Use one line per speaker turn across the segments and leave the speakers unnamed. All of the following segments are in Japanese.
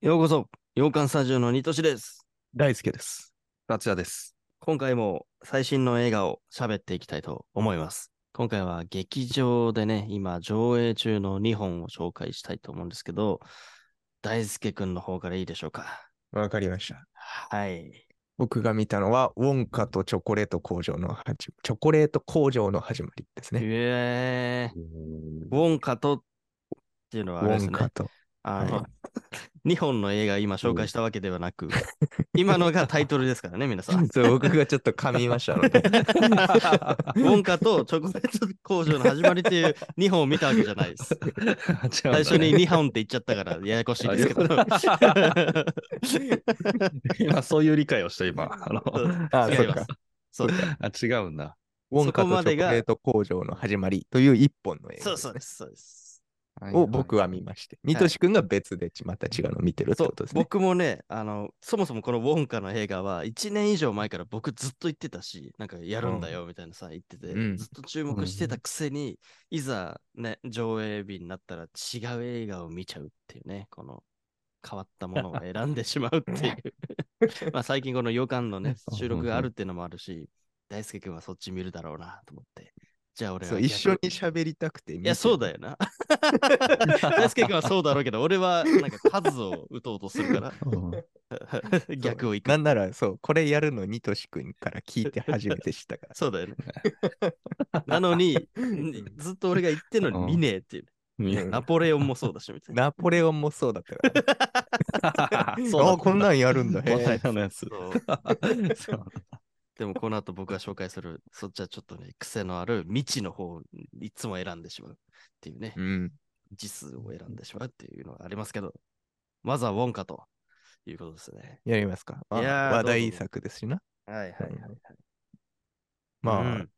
ようこそ、洋館スタジオのニトシです。
大輔です。達也です。
今回も最新の映画を喋っていきたいと思います。今回は劇場でね、今上映中の2本を紹介したいと思うんですけど、大輔くんの方からいいでしょうか。
わかりました。
はい。
僕が見たのは、ウォンカとチョコレート工場の始まチョコレート工場の始まりですね。
えー、ウォンカとっていうの
ウ
はあれで
ォ
す
ン
ね
カ。と。
はい2本の映画今紹介したわけではな く、今のがタイトルですからね、皆さん。
そう、僕がちょっと噛みましたの
ウ
で。
ォンカとチョコレート工場の始まりっていう2本を見たわけじゃないです。最
最
初に2本って言っちゃったからややこしいですけど。
今そういう理解をした今。あの
あ、
違い
そっ
ます
か。
そう
あ違うんだ。
ウォンカ
そこま
とチ
で
ョ
が
コレート工場の始まりという一本の映画、
そうそうで。す。そうです
を僕は見まして。
い
みとしくんが別でまた違うの見てるって
そ
こ
う
とですね。
僕もねあの、そもそもこのウォンカの映画は1年以上前から僕ずっと言ってたし、なんかやるんだよみたいなさ、言ってて、
うん
ずっと注目してたくせに、いざね、上映日になったら違う映画を見ちゃうっていうね、この変わったものを選んでしまうって いう。まあ最近この予感のね、収録があるっていうのもあるし、大輔君はそっち見るだろうなと思って。じゃあ俺は
そう
逆
一緒に喋りたくて見てる
いや、そうだよ な。大輔君はそうだろうけど、俺はなんか数を打とうとする か
うん。
ら、逆をいく。
な。んなら、そう、これやるのにとしくんから聞いて初めて知ったか ら
そうだよね。なのに、んずっと俺が言ってんのに見ねえっていう。
見え
ナポレオンもそうだし、みたいな。
ナポレオンもそうだったからね、
そうだ
あこんなんやるんだ。へ
答
ー
えのや
そ
つ。
う
そう
でもこの後僕が紹介する、そっちはちょっとね、癖のある未知の方をいつも選んでしまうっていうね、
うん。
字数を選んでしまうっていうのはありますけど、まずはウォンカということですね。
やりますか。まあ
いやーど
話
う
題
ぞ
作ですしな。
はいはいはいはい。
まあ、
うん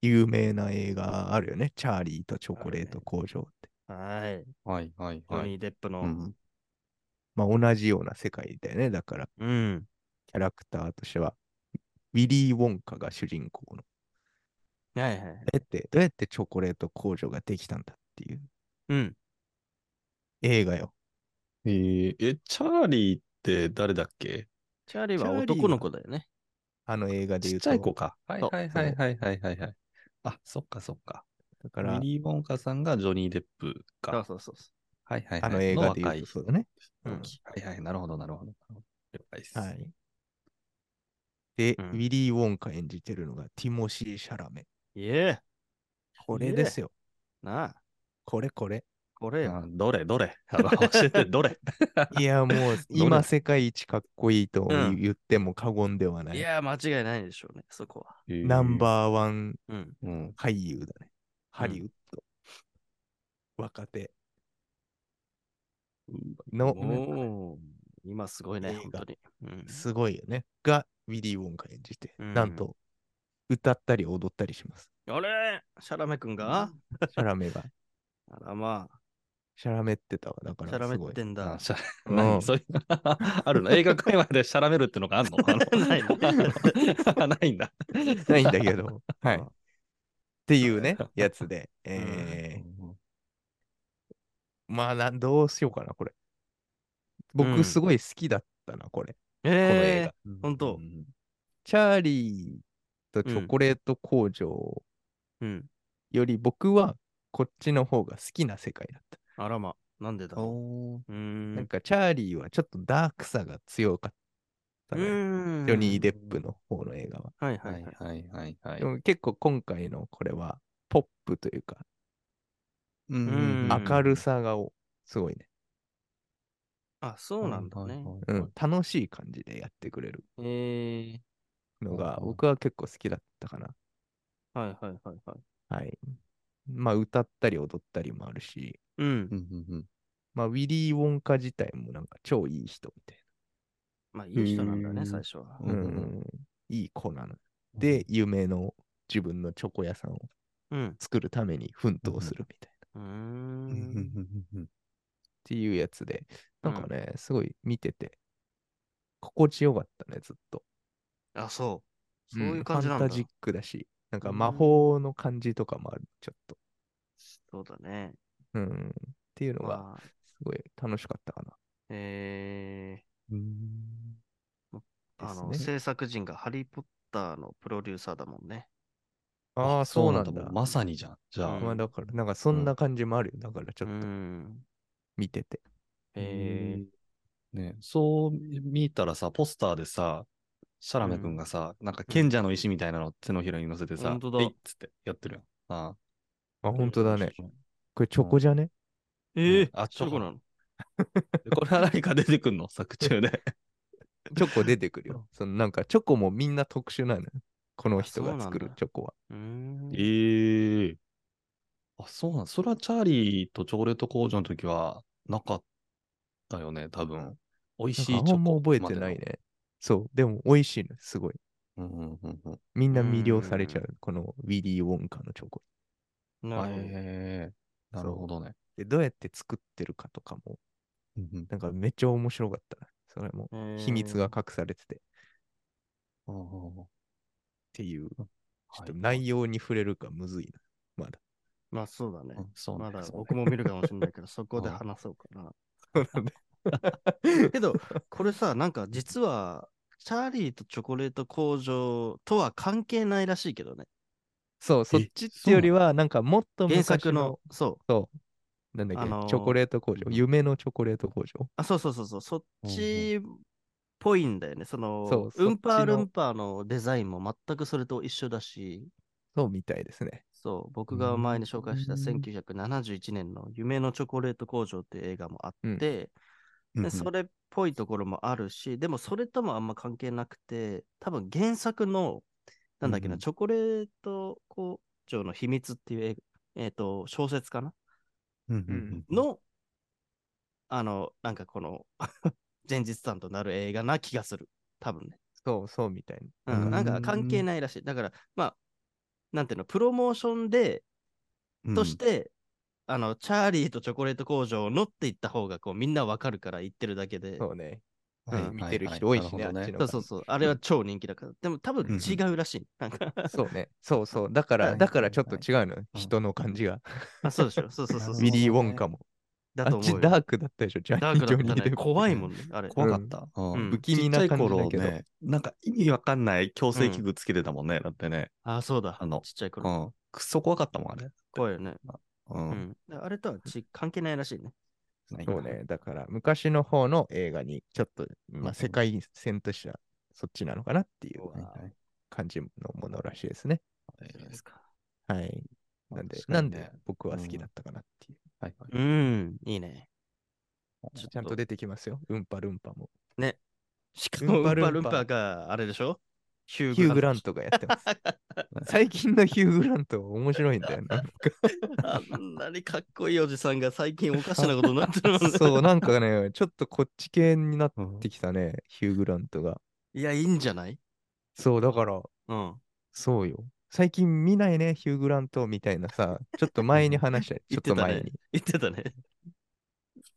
有名な映画あるよね。チャーリーとチョコレート工場って。
はい。
はいはい
ジョ
は
ニ
い。
ー・デップの。
うん
まあ、同じような世界だよね。だから、
うん。
キャラクターとしては、ウィリー・ウォンカが主人公の。
はいはい。
どうやって、どうやってチョコレート工場ができたんだっていう
うん。
映画よ。
えーえ、チャーリーって誰だっけ
チャーリーは
チャーリーは
男の子だよね。
あの映画で
ち
言
っ
う
ち
と。
ゃい子か。はい
そう
はいはいはいはいはいはい。あ、そっかそっか。
だか
ミ
ら、
リー・ボンカさんがジョニー・デップ
そう
か。
そうそうそ
はいはい
あ
はい。
の映画で言うとそうだね。
の
うん
若い時はいはい。なるほどなるほど。了解です。
はい。で、
うん
ウィリー・ウォンカ演じてるのがティモシー・シャラメ。
う。いえ、
これですよ。
なあ、
これこれ。
これよ。
あどれどれあの教えてどれ
いや、 もう今世界一かっこいいと
うん
言っても過言ではないい。
や、間違いないでしょうね、そこは。
ナン
ー。
バーワン
うん。
うん。
俳優だね。ハリウッド。若手の
おー今すごいね、
映
本
画
当に。うん
すごいよね。が、ウィリー・ウォンカ演じて、
うん
なんと歌ったり踊ったりします。
あれシャラメ君が
シャラメが。
あらま
シャラメってたわ。だか
あ、シ
ら
ャラメ
すご
っ
い。
てんだ
あ。しゃ
うん
何 そういう あるの映画界までしゃらめるってのがあるの あの
ない
あないんだ。
ないん だ けど。はい。
うん
っていうね、や つで。えーまあな、どうしようかな、これ。
うん
僕、すごい好きだったな、これ。この映
え
画
え。ほんと
うん
チャーリーとチョコレート工場
うん。
より僕はこっちの方が好きな世界だっ
あらま、なんでだ
た。
ろうう
うん
ん
なんかチャーリーはちょっとダークさが強かった
う
のよ。
ん。
ジョニー・デップの方の映画は。
はいは
はい
はいい。
はいはいはい
で。も結構今回のこれはポップというか
う
う
ん
明るさがすごいね、
あ、そうなんだね。
うん。楽しい感じでやってくれる
ええ。
のが
うん
僕は結構好きだったかな。
はいはいはいはい。
はい。まあ歌ったり踊ったりもあるし、
うん
う。んうんうん
まあ、ウィリー・ウォンカ自体もなんか超いい人みたい
まあ、いい人なんだ
う
ね、
ん
最初は。
う
な。
んうん
いい子なの。で、夢の自分のチョコ屋さんを
うん。
作るために奮闘するみたいな。っ
うー
うんうん
ん。
うんうん
ていうやつで、なんか
うん
ね、すごい見てて、心地よかったね、ずっと。
あ、そう。そ
ん
ういう感じなん
フ
だ。
ァンタジックだし、なんか
うん
魔法の感じとかもある、ちょっと。
そうだね。
うん。っていうのが、
まあ
すごい楽しかったかな。
え
うん
ー、あの、
ですね
制作人がハリー・ポッターのプロデューサーだもんね。
ああ、そうなんだ。
もまさにじゃん。じゃあ、
うん
まあだから、なんかそんな感じもあるよ。だからち
う
ょっと
ん。
見てて。
えー、
ね、そう見たらさ、ポスターでさ、シャラメ君がさ、なんか賢者の石みたいなのを手のひらに乗せてさ、
本当だ
えいっつってやってるよ。あ
あ、本当だね。
あ。
これチョコじゃね
え
うんあ
チョコなの
これは何か出てくんの 作中で。
チョコ出てくるよ。そのなんかチョコもみんな特殊なのよ。この人
あそう
が
なんだ
作るチョコは。
うーん。
ええあ、そうなんそれはチャーリーとチョコレート工場の時はなかったよね、多分。美味しいチ
なん
ョ
か
コ。
あんま覚えてない。ね。そう。でも美味しいの。すごい。
うんうんうんうん。
みんな魅了されちゃう。このウィリー・ウォンカのチョコ。
なるほど
ええなるほどね。
で、どうやって作ってるかとかも、
うん
なんかめっちゃ面白かったな。それも
えー
秘密が隠されててっ
うんうん
ていう。ちょっと
はい
内容に触れるかむずいな。まだ。
まあそうだね
う。んそうね
まだ
そうね
僕も見るかもしれないけど、そこで話そうかな。けど、これさ、なんか実は、チャーリーとチョコレート工場とは関係ないらしいけどね。
そう、そっちっていうよりは、なんかもっと
原
昔
作の、そう。
そう。なんだっけ、
あのー
チョコレート工場。
うん
夢のチョコレート工場。
あ、そうそうそうそう、そっちっぽいんだよね。そ
そう
の、
そっちの
ウンパールンパーのデザインも全くそれと一緒だし、
そうみたいですね。
そう、僕が前に紹介した
うん
1971年の夢のチョコレート工場っていう映画もあ
うん
って、
うんうん
でそれっぽいところもあるし、でもそれともあんま関係なくて、多分原作の、なんだっけな、
うんうん
チョコレート工場の秘密っていう映画、えっ、と、小説かな
うんうんうん
の、あの、なんかこの、 前日談となる映画な気がする。多分ね。
そう、そうみたいな。
うん、なん
う
か
ん
関係ないらしい。だから、まあ、なんていうの、プロモーションで、として、あの、チャーリーとチョコレート工場のって言った方が、こう、みんなわかるから言ってるだけで。
そうね。
うん
はい
はい
見てる
はい
人多いしね、
なるほどね
あっち
そ
の方。
うそうそう。あれは超人気だから。でも多
うんう
分
ん
違うらしい。なんか
そうね。そうそう。だから、
はい
だからちょっと違うのよ。
い
人の感じが。
あ、そうでしょ。 そうそうそう
ウ
そう。
ィリー・ウォンカも。
だ
あ
と思
っ
う
ち
よ。
ダークだったでしょ、ジャ
ダ
ニ
ー
ー・ジ
ク
ョ
だ
ニ
った
ー・デ
ね。
ップ
怖いもんね、あれ。
怖かった。うん
うん
不気味な感じだ
ちっち
け
ゃい頃
ど。
ね、なんか意味わかんない矯正器具つけてたもんね、だってね。
あ、そうだ。
あの
ちっちゃいう頃。
ん。くっそ怖かったもん、あれ。
怖いよね。
う。
うんん。であれとはち関係ないらしいね。
ないな
そうね。だから、昔の方の映画に、ちょっと、
うんう
まあ、
ん
世界線としては、そっちなのかなっていう
はいはい
感じのものらしいですね。
そうですか。
はい。
まあ
なんで
確、かに
なん
ね
で僕は好きだったかなっていう。
はいはい
うん。いいね。ちょっ
ちゃんと出てきますよ。うんぱるんぱも。
しかも、ウン
ウン
パ
パルンパ
ルンパがあれでしょヒュ
ヒュー・グラン
ン
トがやって ます。最近のヒュー・グラント面白いんだよな。
あんなにかっこいいおじさんが最近おかしなことになってるもんね。
そう、なんかね、ちょっとこっち系になっ
うん
てきたね、ヒュー・グラントが。
いや、いいんじゃない
そう、だから、
うん。
そうよ。最近見ないね、ヒュー・グラントみたいなさ、ちょっと前に話 したよち
言
ょっ
って
と
た
前
ね
に。。
言ってたね。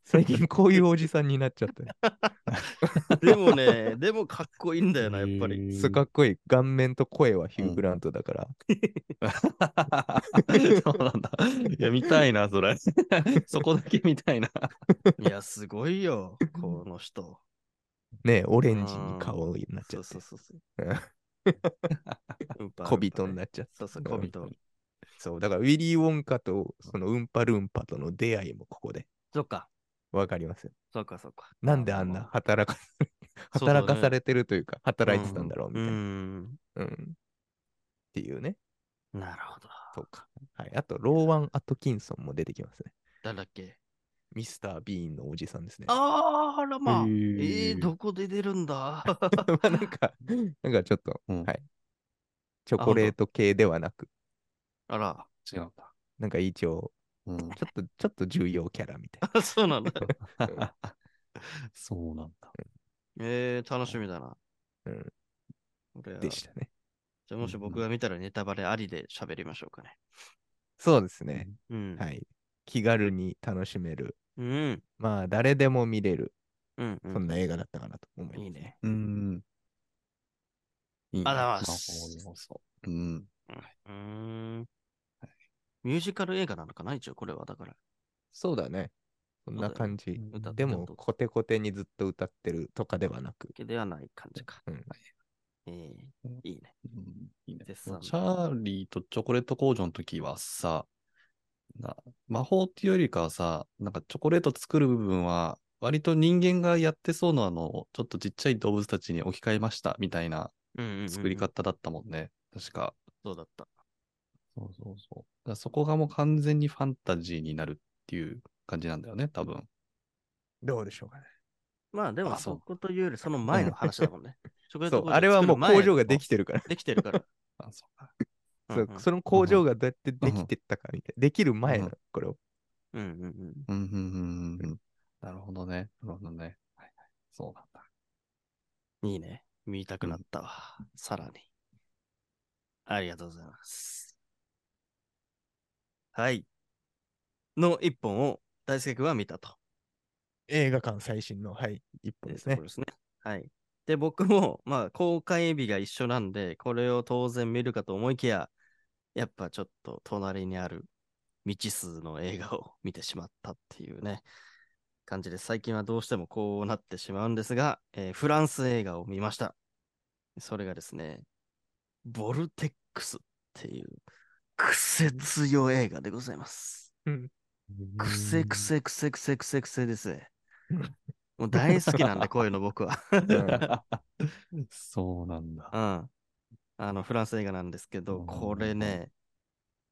最近こういうおじさんになっちゃったよ。
でもね、でもかっこいいんだよな、やっぱり。
そうかっこいい。顔面と声はヒュー・グラントだから。
そうなんだ。いや、見たいな、それ。そこだけ見たいな。
いや、すごいよ、この人。
ね、オレンジに顔になっち
そ
ゃ
う
って
そう、そうそう
うん。
うんぱ
小人になっちゃった。
そうそう、小人。
そう、だからウィリー・ウォンカとそのウンパルンパとの出会いもここで
そっか、
わかりますよ。
そっか、そっか。
なんであんな働か
そうだね
働かされてるというか、働いてたんだろうみ
う
たいな。
ん。
うんっていうね。
なるほど。
そうか。はい。あと、ローワン・アトキンソンも出てきますね。
誰だっけ
ミスター・ビーンのおじさんですね。
あー、あらまあ。
へー
えー、どこで出るんだ
まあなんか、なんかちょっと、
うん
はい。チョコレート系ではなく、
あら。
違うんだ。
なんか一応、
うん
ちょっと、ちょっと重要キャラみたい
あそうなんだ。
そうなんだ。
えー、楽しみだな。
うん
俺
な
は。
でしたね。
じゃあもし僕が見たらネタバレありで喋りましょうかね。
そうですね。
うん。。
はいい。気軽に楽しめる。
うん。
まあ、誰でも見れる、
うん、う
そ
ん。
んな映画だったかなと思います。
いいね。
うん。いい
ありが
な
とうございます
魔法要素うん。
うーん。ミュージカル映画なのかな一応これはだから。
そうだね。そんな感じ。
うん
歌って
で
る
も、
と
コテコテにずっと歌ってるとかではなく。
けではない感じか。
うん
ええいいね。
うんいいね
絶
まあ
賛
チャーリーとチョコレート工場の時はさ、な魔法っていうよりかはさ、なんかチョコレート作る部分は、割と人間がやってそうなのを、ちょっとちっちゃい動物たちに置き換えましたみたいな
うんうんうんうん
作り方だったもんね。確か。
そうだった。
そうそうそう。だからそこがもう完全にファンタジーになるっていう感じなんだよね、多分。
どうでしょうかね。
まあでも
あそう
そこというよりその前の話だもん ね。チョコレート
そう、
工場
あれは
作
もう
る前
工場ができてるから。
できてるから。
あ、そうか。
う
そ
ん
うその工場がどうやってできてったかみたいな。できる前
う
の
ん、
これを。
うんうんうん。
うん、うん、うんうん、うん。なるほどね。なるほどね。はいはい。そうなんだ。
いいね。見たくなったわ。さらに。ありがとうございます。はい。の一本を大輔君は見たと。
映画館最新の、はい、一本です
いう
ね
ところ。ですね。はい。で、僕も、まあ、公開日が一緒なんで、これを当然見るかと思いきや、やっぱちょっと隣にある未知数の映画を見てしまったっていうね、感じで、最近はどうしてもこうなってしまうんですが、えーフランス映画を見ました。それがですね、ボルテックスっていう癖強映画でございます。くせくせくせくせくせくせですね
うん。
もう大好きなんで、こういうの僕は。
そうなんだ
う。ん。あの、フランス映画なんですけど、
うん
これね、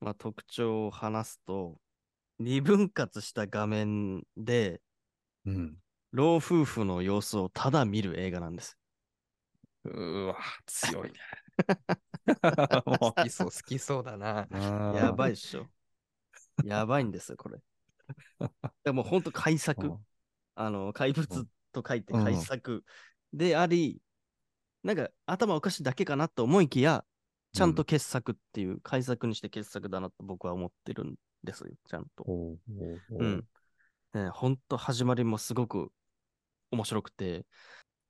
まあ、特徴を話すと、二分割した画面で、
うん。
老夫婦の様子をただ見る映画なんです。
うわ、強 いね。も
好きそう、好きそうだな。
うあー
やばいっしょ。やばいんですよ、こ れ。でもう本当、改作。あの、怪物と書いて
うん
改作であり、なんか頭おかしいだけかなと思いきや、ちゃんと傑作っていう、改作にして傑作だなと僕は思ってるんですよ、ちゃんと。
ほうほうほう
うん。ね、ほんと始まりもすごく面白くて、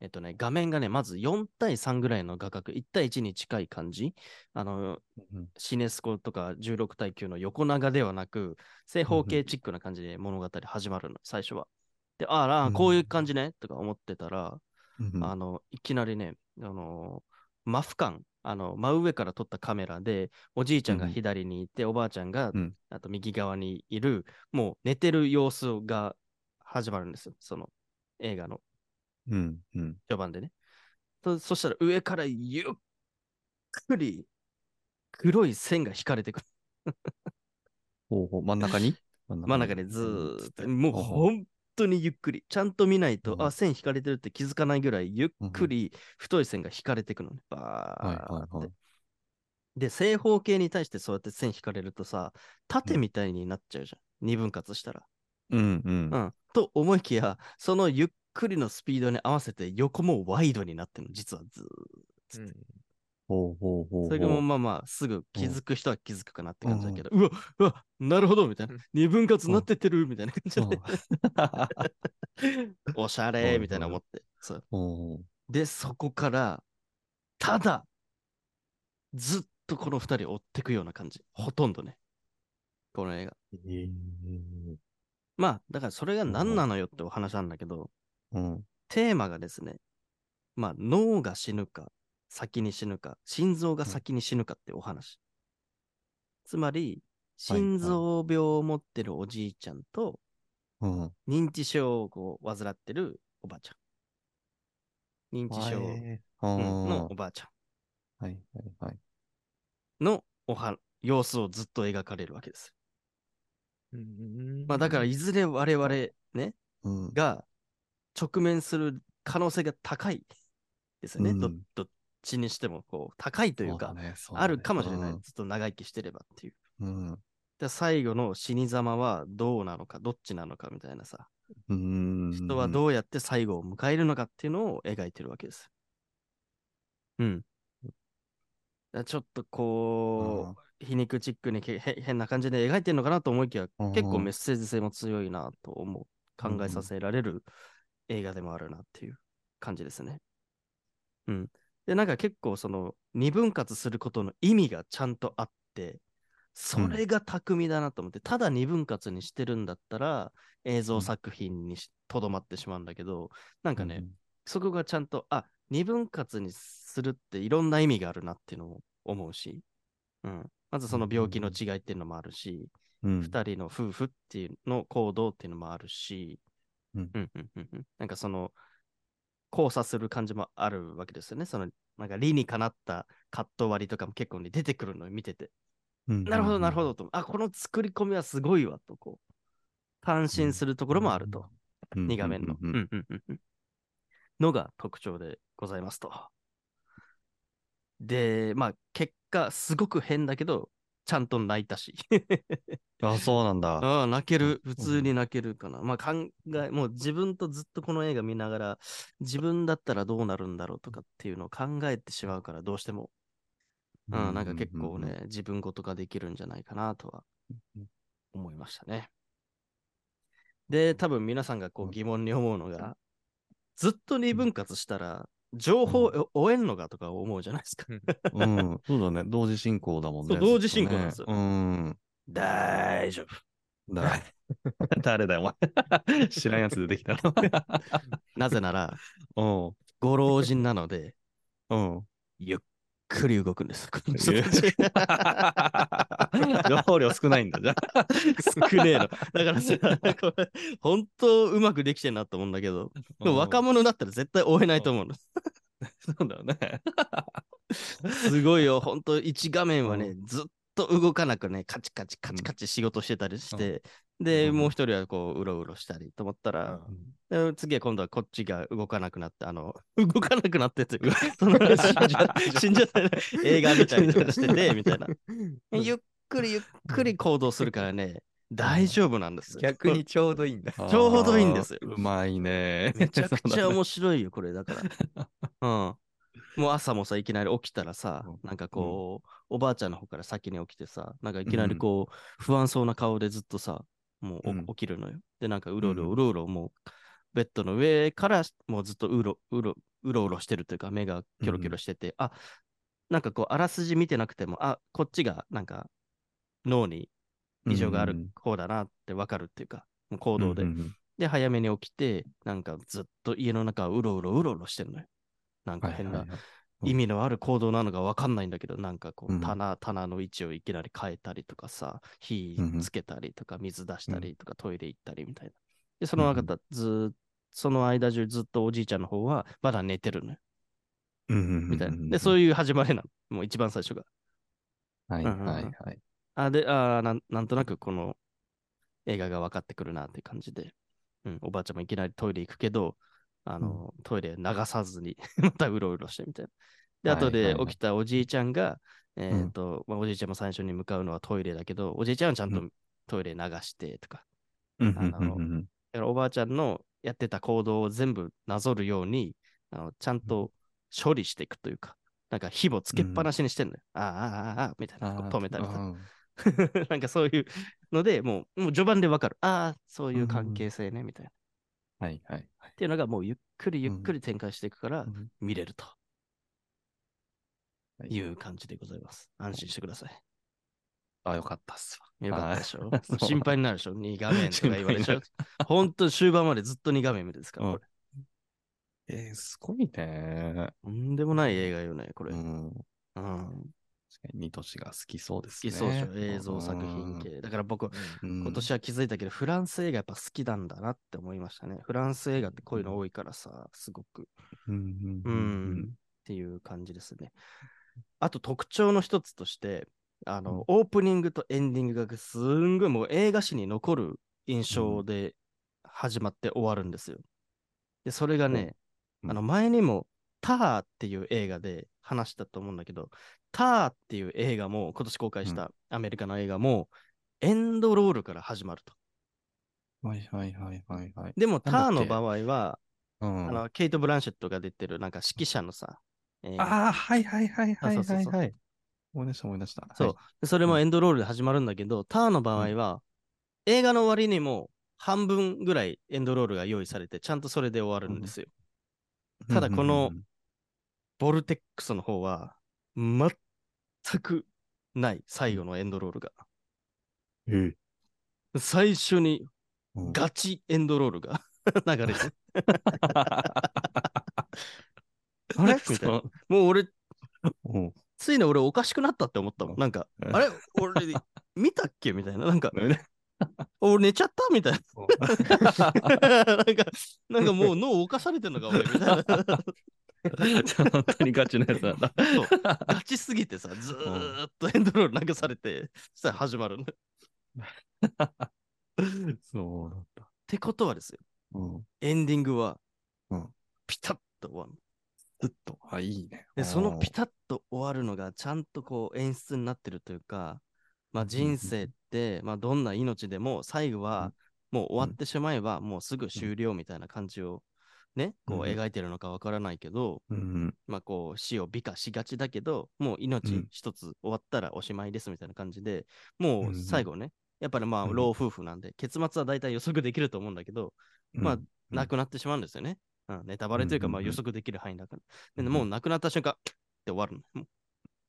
えっとね、画面がね、まず4対3ぐらいの画角、1対1に近い感じ。あの、
うん
シネスコとか16対9の横長ではなく、正方形チックな感じで物語始まるの、最初は。で、あら、
うん
こういう感じね、とか思ってたら、
うん
あの、いきなりね、あのーマフ感、あの、真上から撮ったカメラで、おじいちゃんが
うんうん
左にいて、おばあちゃんが、
うん
あと右側にいる、もう寝てる様子が始まるんですよ、その映画の
うん。うん。
序盤でね。とそしたら上からゆっくり黒い線が引かれてくる。
ほうほう真ん中に
真
真
ん中でず
うん
ー
つ
っと、もう
ほうほう
本当にゆっくり、ちゃんと見ないと、
うん
あ、線引かれてるって気づかないぐらい、ゆっくり太い線が引かれてくのね。バー
はい
って。
はいはい。
で、正方形に対してそうやって線引かれるとさ、縦みたいになっちゃうじゃん。二分割したら。
うんうん
う。ん。と思いきや、そのゆっくりのスピードに合わせて横もワイドになってるの、実はずーっつって
ほうほうほうほう。
それもまあまあ、すぐ気づく人は気づくかなって感じだけど、うわうわなるほどみたいな
うん。
二分割になってってるみたいな感 じで。
う
おしゃれみたいな思って。そう。
んうん
で、そこから、ただ、ずっとこの二人追ってくような感じ。ほとんどね。この映画。まあ、だからそれが何なのよってお話なんだけど、
うん。
テーマがですね、まあ、脳が死ぬか、先に死ぬか、心臓が先に死ぬかってお話。つまり、
はい
心臓病を持ってるおじいちゃんと、
うん。
認知症をこう患ってるおばあちゃん。認知症
えー
うんの
あ
おばあちゃ
ーはいはいはい。
んのおは様子をずっと描かれるわけです。
うん
まあ、だから、いずれ我々ね、
うん。
が直面する可能性が高いですよね。
うん
どどっちにしてもこう高いというか、
そうだね、そうだね
あるかもしれない。ず
う
っ
ん
と長生きしてればっていう。
うん。
で最後の死に様はどうなのか、どっちなのかみたいなさ、
うん
人はどうやって最後を迎えるのかっていうのを描いてるわけです。うん。だからちょっとこう、皮肉チックにけへ変な感じで描いてるのかなと思いきや、
うん
結構メッセージ性も強いなと思う、考えさせられる映画でもあるなっていう感じですね。うん。で、なんか結構その、二分割することの意味がちゃんとあって、それが巧みだなと思って、ただ二分割にしてるんだったら映像作品にしとどまってしまうんだけど、なんかね、そこがちゃんと、あ、二分割にするっていろんな意味があるなっていうのを思うし、うん。まずその病気の違いっていうのもあるし、
うん、うん、
二人の夫婦っていうの行動っていうのもあるし、
うん
うんうんうんうんなんかその交差する感じもあるわけですよね。そのなんか理にかなったカット割りとかも結構に出てくるのを見てて、
うん
なるほどなるほどと、あこの作り込みはすごいわとこう感心するところもあると、
うん
2画面の、
う
うんん
うん
うんう
うん
んうんのが特徴でございますと。で、まあ結果すごく変だけど、ちゃんと泣いたし。
あ、そうなんだ。
ああ、泣ける。
うん
普通に泣けるかな。まあ考え、もう自分とずっとこの映画見ながら、自分だったらどうなるんだろうとかっていうのを考えてしまうから、どうしても。うん、なんか結構ね、自分ごとができるんじゃないかなとは
うん
思いましたね。で、多分皆さんがこう疑問に思うのが、ずっと二分割したら、情報を追えんのかとか思うじゃないですか。
うんうんうん。うんそうだね。同時進行だもんね。
そう同時進行なんですよ
ずっとねうん。
大丈夫。
だ 誰だよ、お前。 知らんやつ出てきた
なぜなら、
の。
ご老人なので、
うん。うん。
ゆっくり動くんです。こ の人
え
たち
情 報量少ない んだ、じゃあ。
少ねえの。だ からさ、これ、本当うまくできてんなと思うんだけど、若
者
者だったら絶対追えないと思うの。
なんだよね。
すごいよ、本当1画面はね、ずっと動かなくね、カチカチカチカチ仕事してたりして、で、
うん
もう一人はこう、うろうろしたりと思ったら、で次は今度はこっちが動かなくなって、あの、動かなくなって というか、その死んじゃ 死んじゃったね映画みたいなしてて、みたいな。ゆっくりゆっくり行動するからね、大丈夫なんですよ。
逆にちょうどいいんだ。
ちょうどいいんですよ
あーうまいね。
めちゃくちゃ
そうだね
面白いよ、これだ から。うん。もう朝もさ、いきなり起きたらさ
うん、
なんかこう、おばあちゃんの方から先に起きてさ、なんかいきなりこう、不安そうな顔でずっとさ、もうお
うん
起きるのよ。で、なんかうろう
う
ろ
ん
うろうろ、もう、ベッドの上から、もうずっとうろうろ、うろうろしてるというか、目がキョロキョロしてて、あ、なんかこう、あらすじ見てなくても、あ、こっちがなんか、脳に異常がある方だなってわかるっていうか、もう行動で
うん。うん
で、早めに起きて、なんかずっと家の中をうろうろうろうろしてるのよ。なん
う
か
ん
変
は
ない
はいはいうん
意味のある行動なのかわかんないんだけど、なんかこ
うん
う棚、棚の位置をいきなり変えたりとかさ、火
うんうん
つけたりとか、水出したりとか、トイレ行ったりみたいな。で、その中
うん
だ、ずーその間中ずっとおじいちゃんの方はまだ寝てるのよ。
うんうんうんうん
みたいな。で、そういう始まりなの。もう一番最初が。
はい
うんうんうん
はいはい。
あ、で、あーなんなんとなくこの映画が分かってくるなって感じで、うん、おばあちゃんもいきなりトイレ行くけど、あの、トイレ流さずに、 またうろうろしてみたいな。で、
はい
後
はい
で
はい
起きたおじいちゃんが、え
ん
っ、と、まあ、おじいちゃんも最初に向かうのはトイレだけど、おじいちゃんはちゃんと
う
トイレ流してとか、
うんう
あの
んうんうん
だからおばあちゃんのやってた行動を全部なぞるように、あのちゃんと処理していくというか、なんか火をつけっぱなしにしてんのよ。ああ、ああ、ああ、みたいな。こう
あー
止めたりとか
う。ん
なんかそういうので、もう、もう序盤でわかる。ああ、そういう関係性ね、みたいな。
はいはいはい。
っていうのが、もうゆっくりゆっくり展開していくから
うん、
見れると
はい
いう感じでございます。安心してください。
あ、よかったっすわ。
よかったでしょ
はい そう
心配になる でしょ ?2 画面とか言われるでし
心配に
ょ本当終盤までずっと2画面見るですから、
うん
これ。
えー、すごいね。
とんでもない映画よね、これ。
う
うん。
ん。
好
確かに、ニトシが好きそうですね。
きそうでしょ映像作品系。だから僕、
うん。
今年は気づいたけど、フランス映画やっぱ好きなんだなって思いましたね。フランス映画ってこういうの多いからさ、すごく。
うん。う
うんん、っていう感じですね。あと特徴の一つとして、あの、オープニングとエンディングがすんごいもう映画史に残る印象で始まって終わるんですよ。で、それがね、
うん
あの前にもターっていう映画で話したと思うんだけど、ターっていう映画も今年公開したアメリカの映画も、エンドロールから始まると。
うんはいはいはいはいはい。
でもター
なんだっ
の
け
場合は、
うん
あのケイト・ブランシェットが出てるなんか指揮者のさ、えー
ああ、はいはいはいはい
あそうそう
はい
そう
はい。思い出した思い出した。はい
そう。でそれもエンドロールで始まるんだけど、ターの場合は、映画の終わりにも半分ぐらいエンドロールが用意されて、ちゃんとそれで終わるんですよ。ただこのボルテックスの方は、全くない、最後のエンドロールが。
ええ。
最初に
うん
ガチエンドロールが 流れてる。あ れみたいな。
そう
もう俺、
うん
ついに俺おかしくなったって思ったもん。なんか、
うん
あれ俺、見たっけみたいな。なんか、俺寝ちゃったみたいな。 なんか、なんかもう脳犯されてんのか、俺、みたい な。
本当にガチなやつなんだ。
そう ガチすぎてさ、ずーっとエンドロール流されて、そしたら始まるの。っ
そうなんだ。
てことはですよ、
うん。
エンディングは
うん、
ピタッと終わるの。
ずっと。あ、いいね。
で、そのピタッと終わるのが、ちゃんとこう演出になってるというか、まあ人生って、まあどんな命でも、最後はもう終わってしまえば、もうすぐ終了みたいな感じをね、こう
うん
描いてるのかわからないけど、
うん。
まあこう死を美化しがちだけど、もう
う
命
ん
一つ終わったらおしまいですみたいな感じで、もううん最後ね、やっぱりまあ
うん
老夫婦なんで、結末は大体予測できると思うんだけど、まあ
うん、うん
亡くなってしまうんですよね。うん、ネタバレというか
うんうん
まあ
うん
予測できる範囲だから。
うん
でもう亡くなった瞬間、って終わるの。もう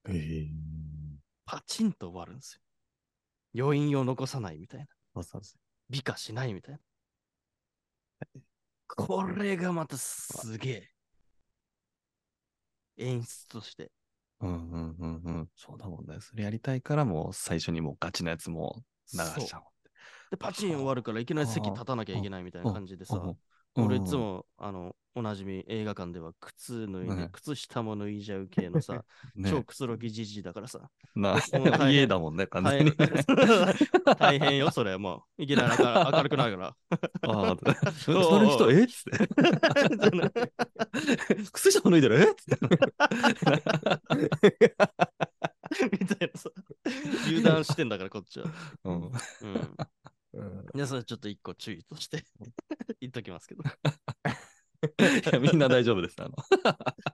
ええ。
パチンと終わるんですよ。余韻を残さないみたいな。
わざわざ
美化しないみたいな。これがまたすげえ。演出として。
うんうんうんうん。そうだもんね。それやりたいからもう最初にもうガチなやつも流しちゃ
で、パチン終わるからいきなり席立たなきゃいけないみたいな感じで
お
さ、。
ううん
俺いつ。も、あの、おなじみ映画館では靴脱いで、
ね
靴下も脱いじゃう系のさ、
ね
超くつろぎじじいだからさ、
な
もう大変
家だもんね、完全に。
大変 よ、それもう。いきなり明る明るくないから。
あ あ、そ
おうおう
その人、えっつって。 靴下も脱いでるえっつって。
みたいなさ、油断してんだから、こっちは。
うん。
うん。
うん
で、それちょっと一個注意として 言っときますけど、
いやみんな大丈夫です。あの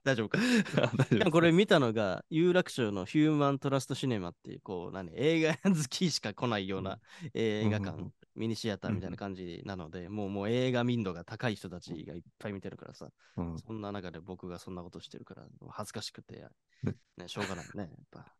大丈夫か。
大丈夫です
でもこれ見たのが、有楽町のヒューマントラストシネマっていう、こう、何、映画好きしか来ないようなえー映画
うんうんう
館、ミニシアターみたいな感じなので、もうもう映画民度が高い人たちがいっぱい見てるからさ、
うん
そんな中で僕がそんなことしてるから、もう恥ずかしくて、ね、しょうがないね、やっぱ。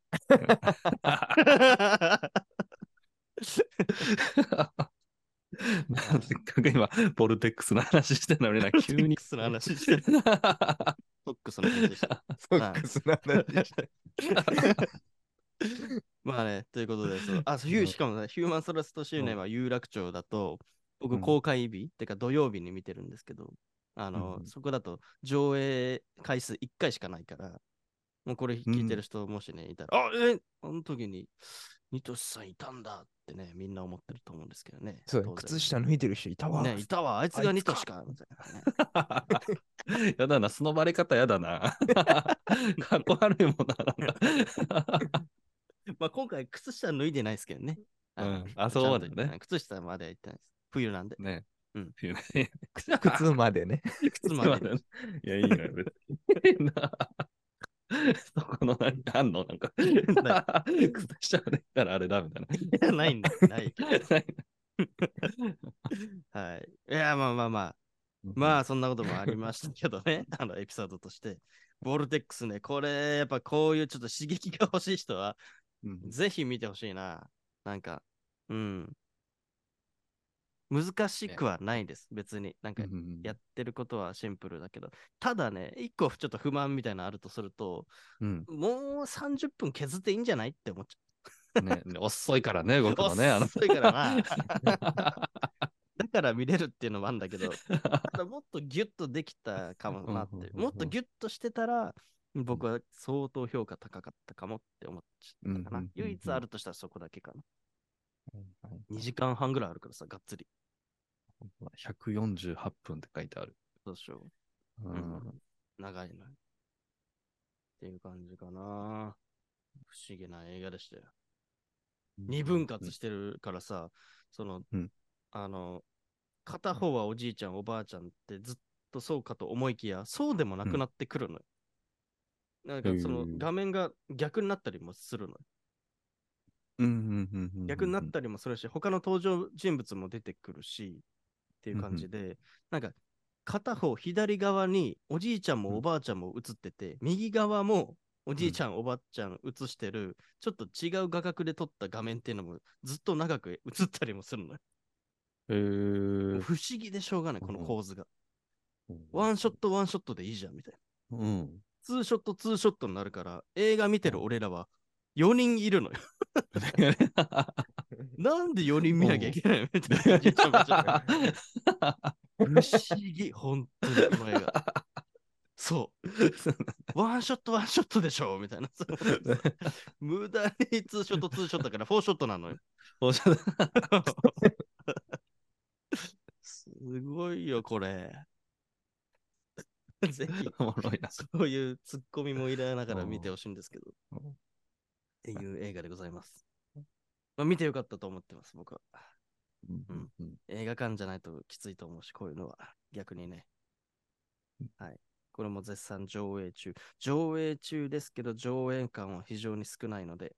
なんせっかく今、ボルテックスの話してんの にな、急
ユニ
に
ッ。クスの話してる、トックスの話してる。
ソックスの話して
まあね、ということで、そうあ、そうヒュ
う
ー
ん
しかもね、ヒューマンソラスト周年は有楽町だと、
う
僕
ん
公開日、てか土曜日に見てるんですけど、あの、
うん
そこだと上映回数1回しかないから、もうこれ聞いてる人、もしね、いたら、あ、えあの時に、ニトシさんいたんだってね、みんな思ってると思うんですけどね。
そう
当然
靴下脱いでる人いたわ。
ね、いたわ、あいつがニトシか。みたいなね
やだな、そのバレ方やだな。かっこ悪いもんな。
まあ今回、靴下脱いでないですけどね。の
うんあそうだね
ちゃんと靴下までは行ってないです。冬なんで。
ね。
うん
いやね。
靴までね。
靴まで。
ね。いや、いいのよ、別に。なそこの何かあんのなんか、靴下でたらあれだみたいな。
いやないんだ。ないけど。はい。いや、まあまあまあ。まあ、そんなこともありましたけどね。あの、エピソードとして。ボルテックスね、これ、やっぱこういうちょっと刺激が欲しい人は、
うん、
ぜひ見てほしいな。なんか、うん。難しくはないです、別に。なんか、やってることはシンプルだけど。ただね、一個ちょっと不満みたいなのあるとすると、
うん
もう30分削っていいんじゃないって思っち
ね、遅いからね、動く
ゃう。
のね、あの。
遅いからな。だから見れるっていうのもあるんだけど、ただもっとギュッとできたかもなっ
うんうんうん
て、
うん
もっとギュッとしてたら、僕は相当評価高かったかもって思っちゃったか
うんうんうんう。
なん唯一あるとしたらそこだけかな。2時間半ぐらいあるからさ、がっつり。
148分って書いてある。
どうしよ
う
う。
ん、
長いな。っていう感じかな。不思議な映画でしたよ。二分割してるからさ、その、
うん
あの、片方はおじいちゃん、おばあちゃんってずっとそうかと思いきや、そうでもなくなってくるのよ。なんかその
へー
画面が逆になったりもするのよ。
うんうんうん、
逆になったりもするし、他の登場人物も出てくるし、っていう感じで、なんか片方左側におじいちゃんもおばあちゃんも映ってて、右側もおじいちゃん、おばあちゃん映してる、ちょっと違う画角で撮った画面っていうのもずっと長く映ったりもするのよ。
へー
不思議でしょうがない、この構図が。ワ
ン、
ンショット、ワンショットでいいじゃん、みたいな。
うん。
ツーショット、ツーショットになるから、映画見てる俺らは4人いるのよ。 なんで4人見なきゃいけないのみたいな。不思議、本当に、この映 画。そう。ワンショット、ワンショットでしょみたい な。そう無駄にツーショット、ツーショットだから、フォーショットなのよ。
おしゃれ
すごいよ、こ れ。ぜひ、
おもろいな。
そういうツッコミも入れながら見てほしいんですけど。
うんうん
っていう映画でございます。まあ、見てよかったと思ってます、僕は。
うんうん
映画館じゃないときついと思うし、こういうのは 逆にね。はい。これも絶賛上映中。上映中ですけど、上映感は非常に少ないので、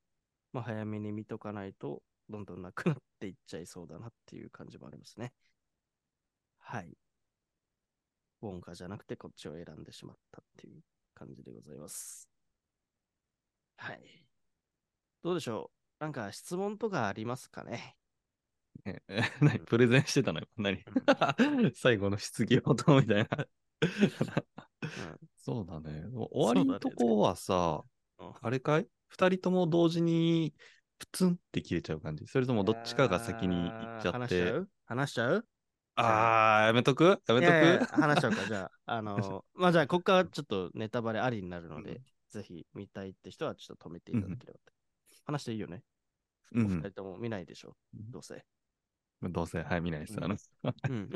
まあ、早めに見とかないと、どんどんなくなっていっちゃいそうだなっていう感じもありますね。はい。ウォンカじゃなくて、こっちを選んでしまったっていう感じでございます。はい。どうでしょうなんか質問とかありますかね
ええ何プレゼンしてたのよ。何最後の質疑応答みたいな。そうだね。お終わりのとこはさ、
うん
あれかい二人とも同時にプツンって切れちゃう感じそれともどっちかが先に行っちゃっ
いや
て。
ー話しちゃう
あー、やめとくや
話し
め
ちゃう
とく
いやいや話しちゃうか、じゃあ。あ の、まあじゃあ、ここからちょっとネタバレありになるので、
うん
ぜひ見たいって人はちょっと止めていただければと。話していいよね。
う
お二
ん
人とも見ないでし ょ、
うん
どうせ。
うん。どうせ、はい、見ないです。あの
うん。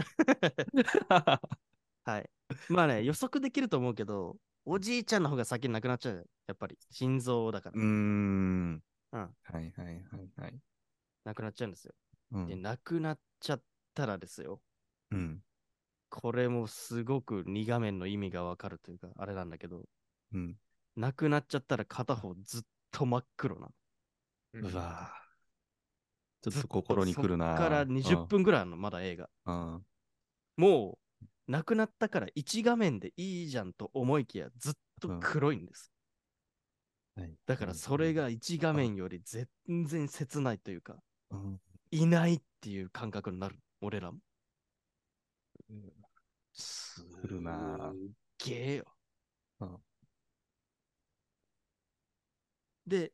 はい。まあね、予測できると思うけど、おじいちゃんの方が先に亡くなっちゃうじゃんやっぱり、心臓だから、
うーん。
うん
はいはいはいはい。
亡くなっちゃうんですよ。
う
で、
ん。
亡くなっちゃったらですよ。
うん。
これもすごく2画面の意味がわかるというか、あれなんだけど、
うん。
なくなっちゃったら片方ずっと真っ黒なの。
うわーちょっと心にくるな。
そっから20分ぐらいあるの、まだ映画。
うん。うん。
もう、なくなったから1画面でいいじゃんと思いきや、ずっと黒いんです。
はい
だからそれ、が1画面より全然切ないというか、
うん
いないっていう感覚になる、俺らも。
するなぁ。
げえよ。
うん
で、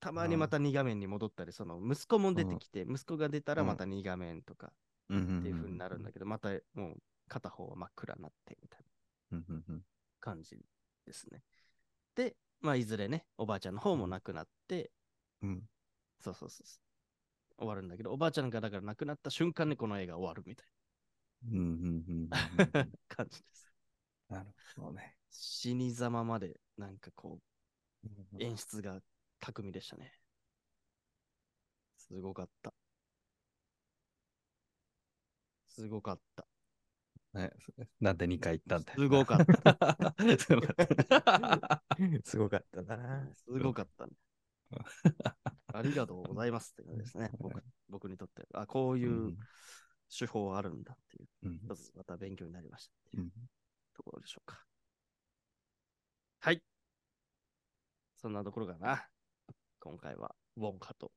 たまにまた2画面に戻ったり、その息子も出てきて、息子が出たらまた2画面とか
っ
っていう風になるんだけど、またもう片方は真っ暗になってみたいな
うんうんうん
感じですね。で、まあいずれね、おばあちゃんの方も亡くなって、
うん
そうそうそうそう。終わるんだけど、おばあちゃんがだから亡くなった瞬間にこの映画終わるみたい
うんうんうん うんう
なん感じです。
なるほどね。
死に様までなんかこう演出が巧みでしたね。すごかった。すごかった。
ねなんで2回行ったんだよ
すごか った。
すごか った。
すごかったな。
すごかったね。ありがとうございますって感じですね。僕僕にとって。あ、こういうう手法あるんだっていう。
うん
一つまた勉強になりましたって
う
いうんところでしょうか。はい。そんなところかな。今回は、ウォンカと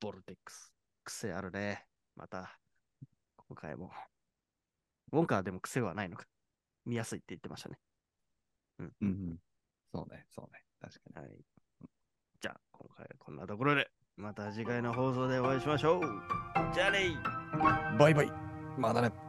ボルテックス。癖あるね。また、今回も。ウォンカはでも癖はないのか。見やすいって言ってましたね。うん。
うんうんそうね、そうね。確か
はい。じゃあ、今回はこんなところで、また次回の放送でお会いしましょう。じゃあねー
バイバイ。
に。まだね。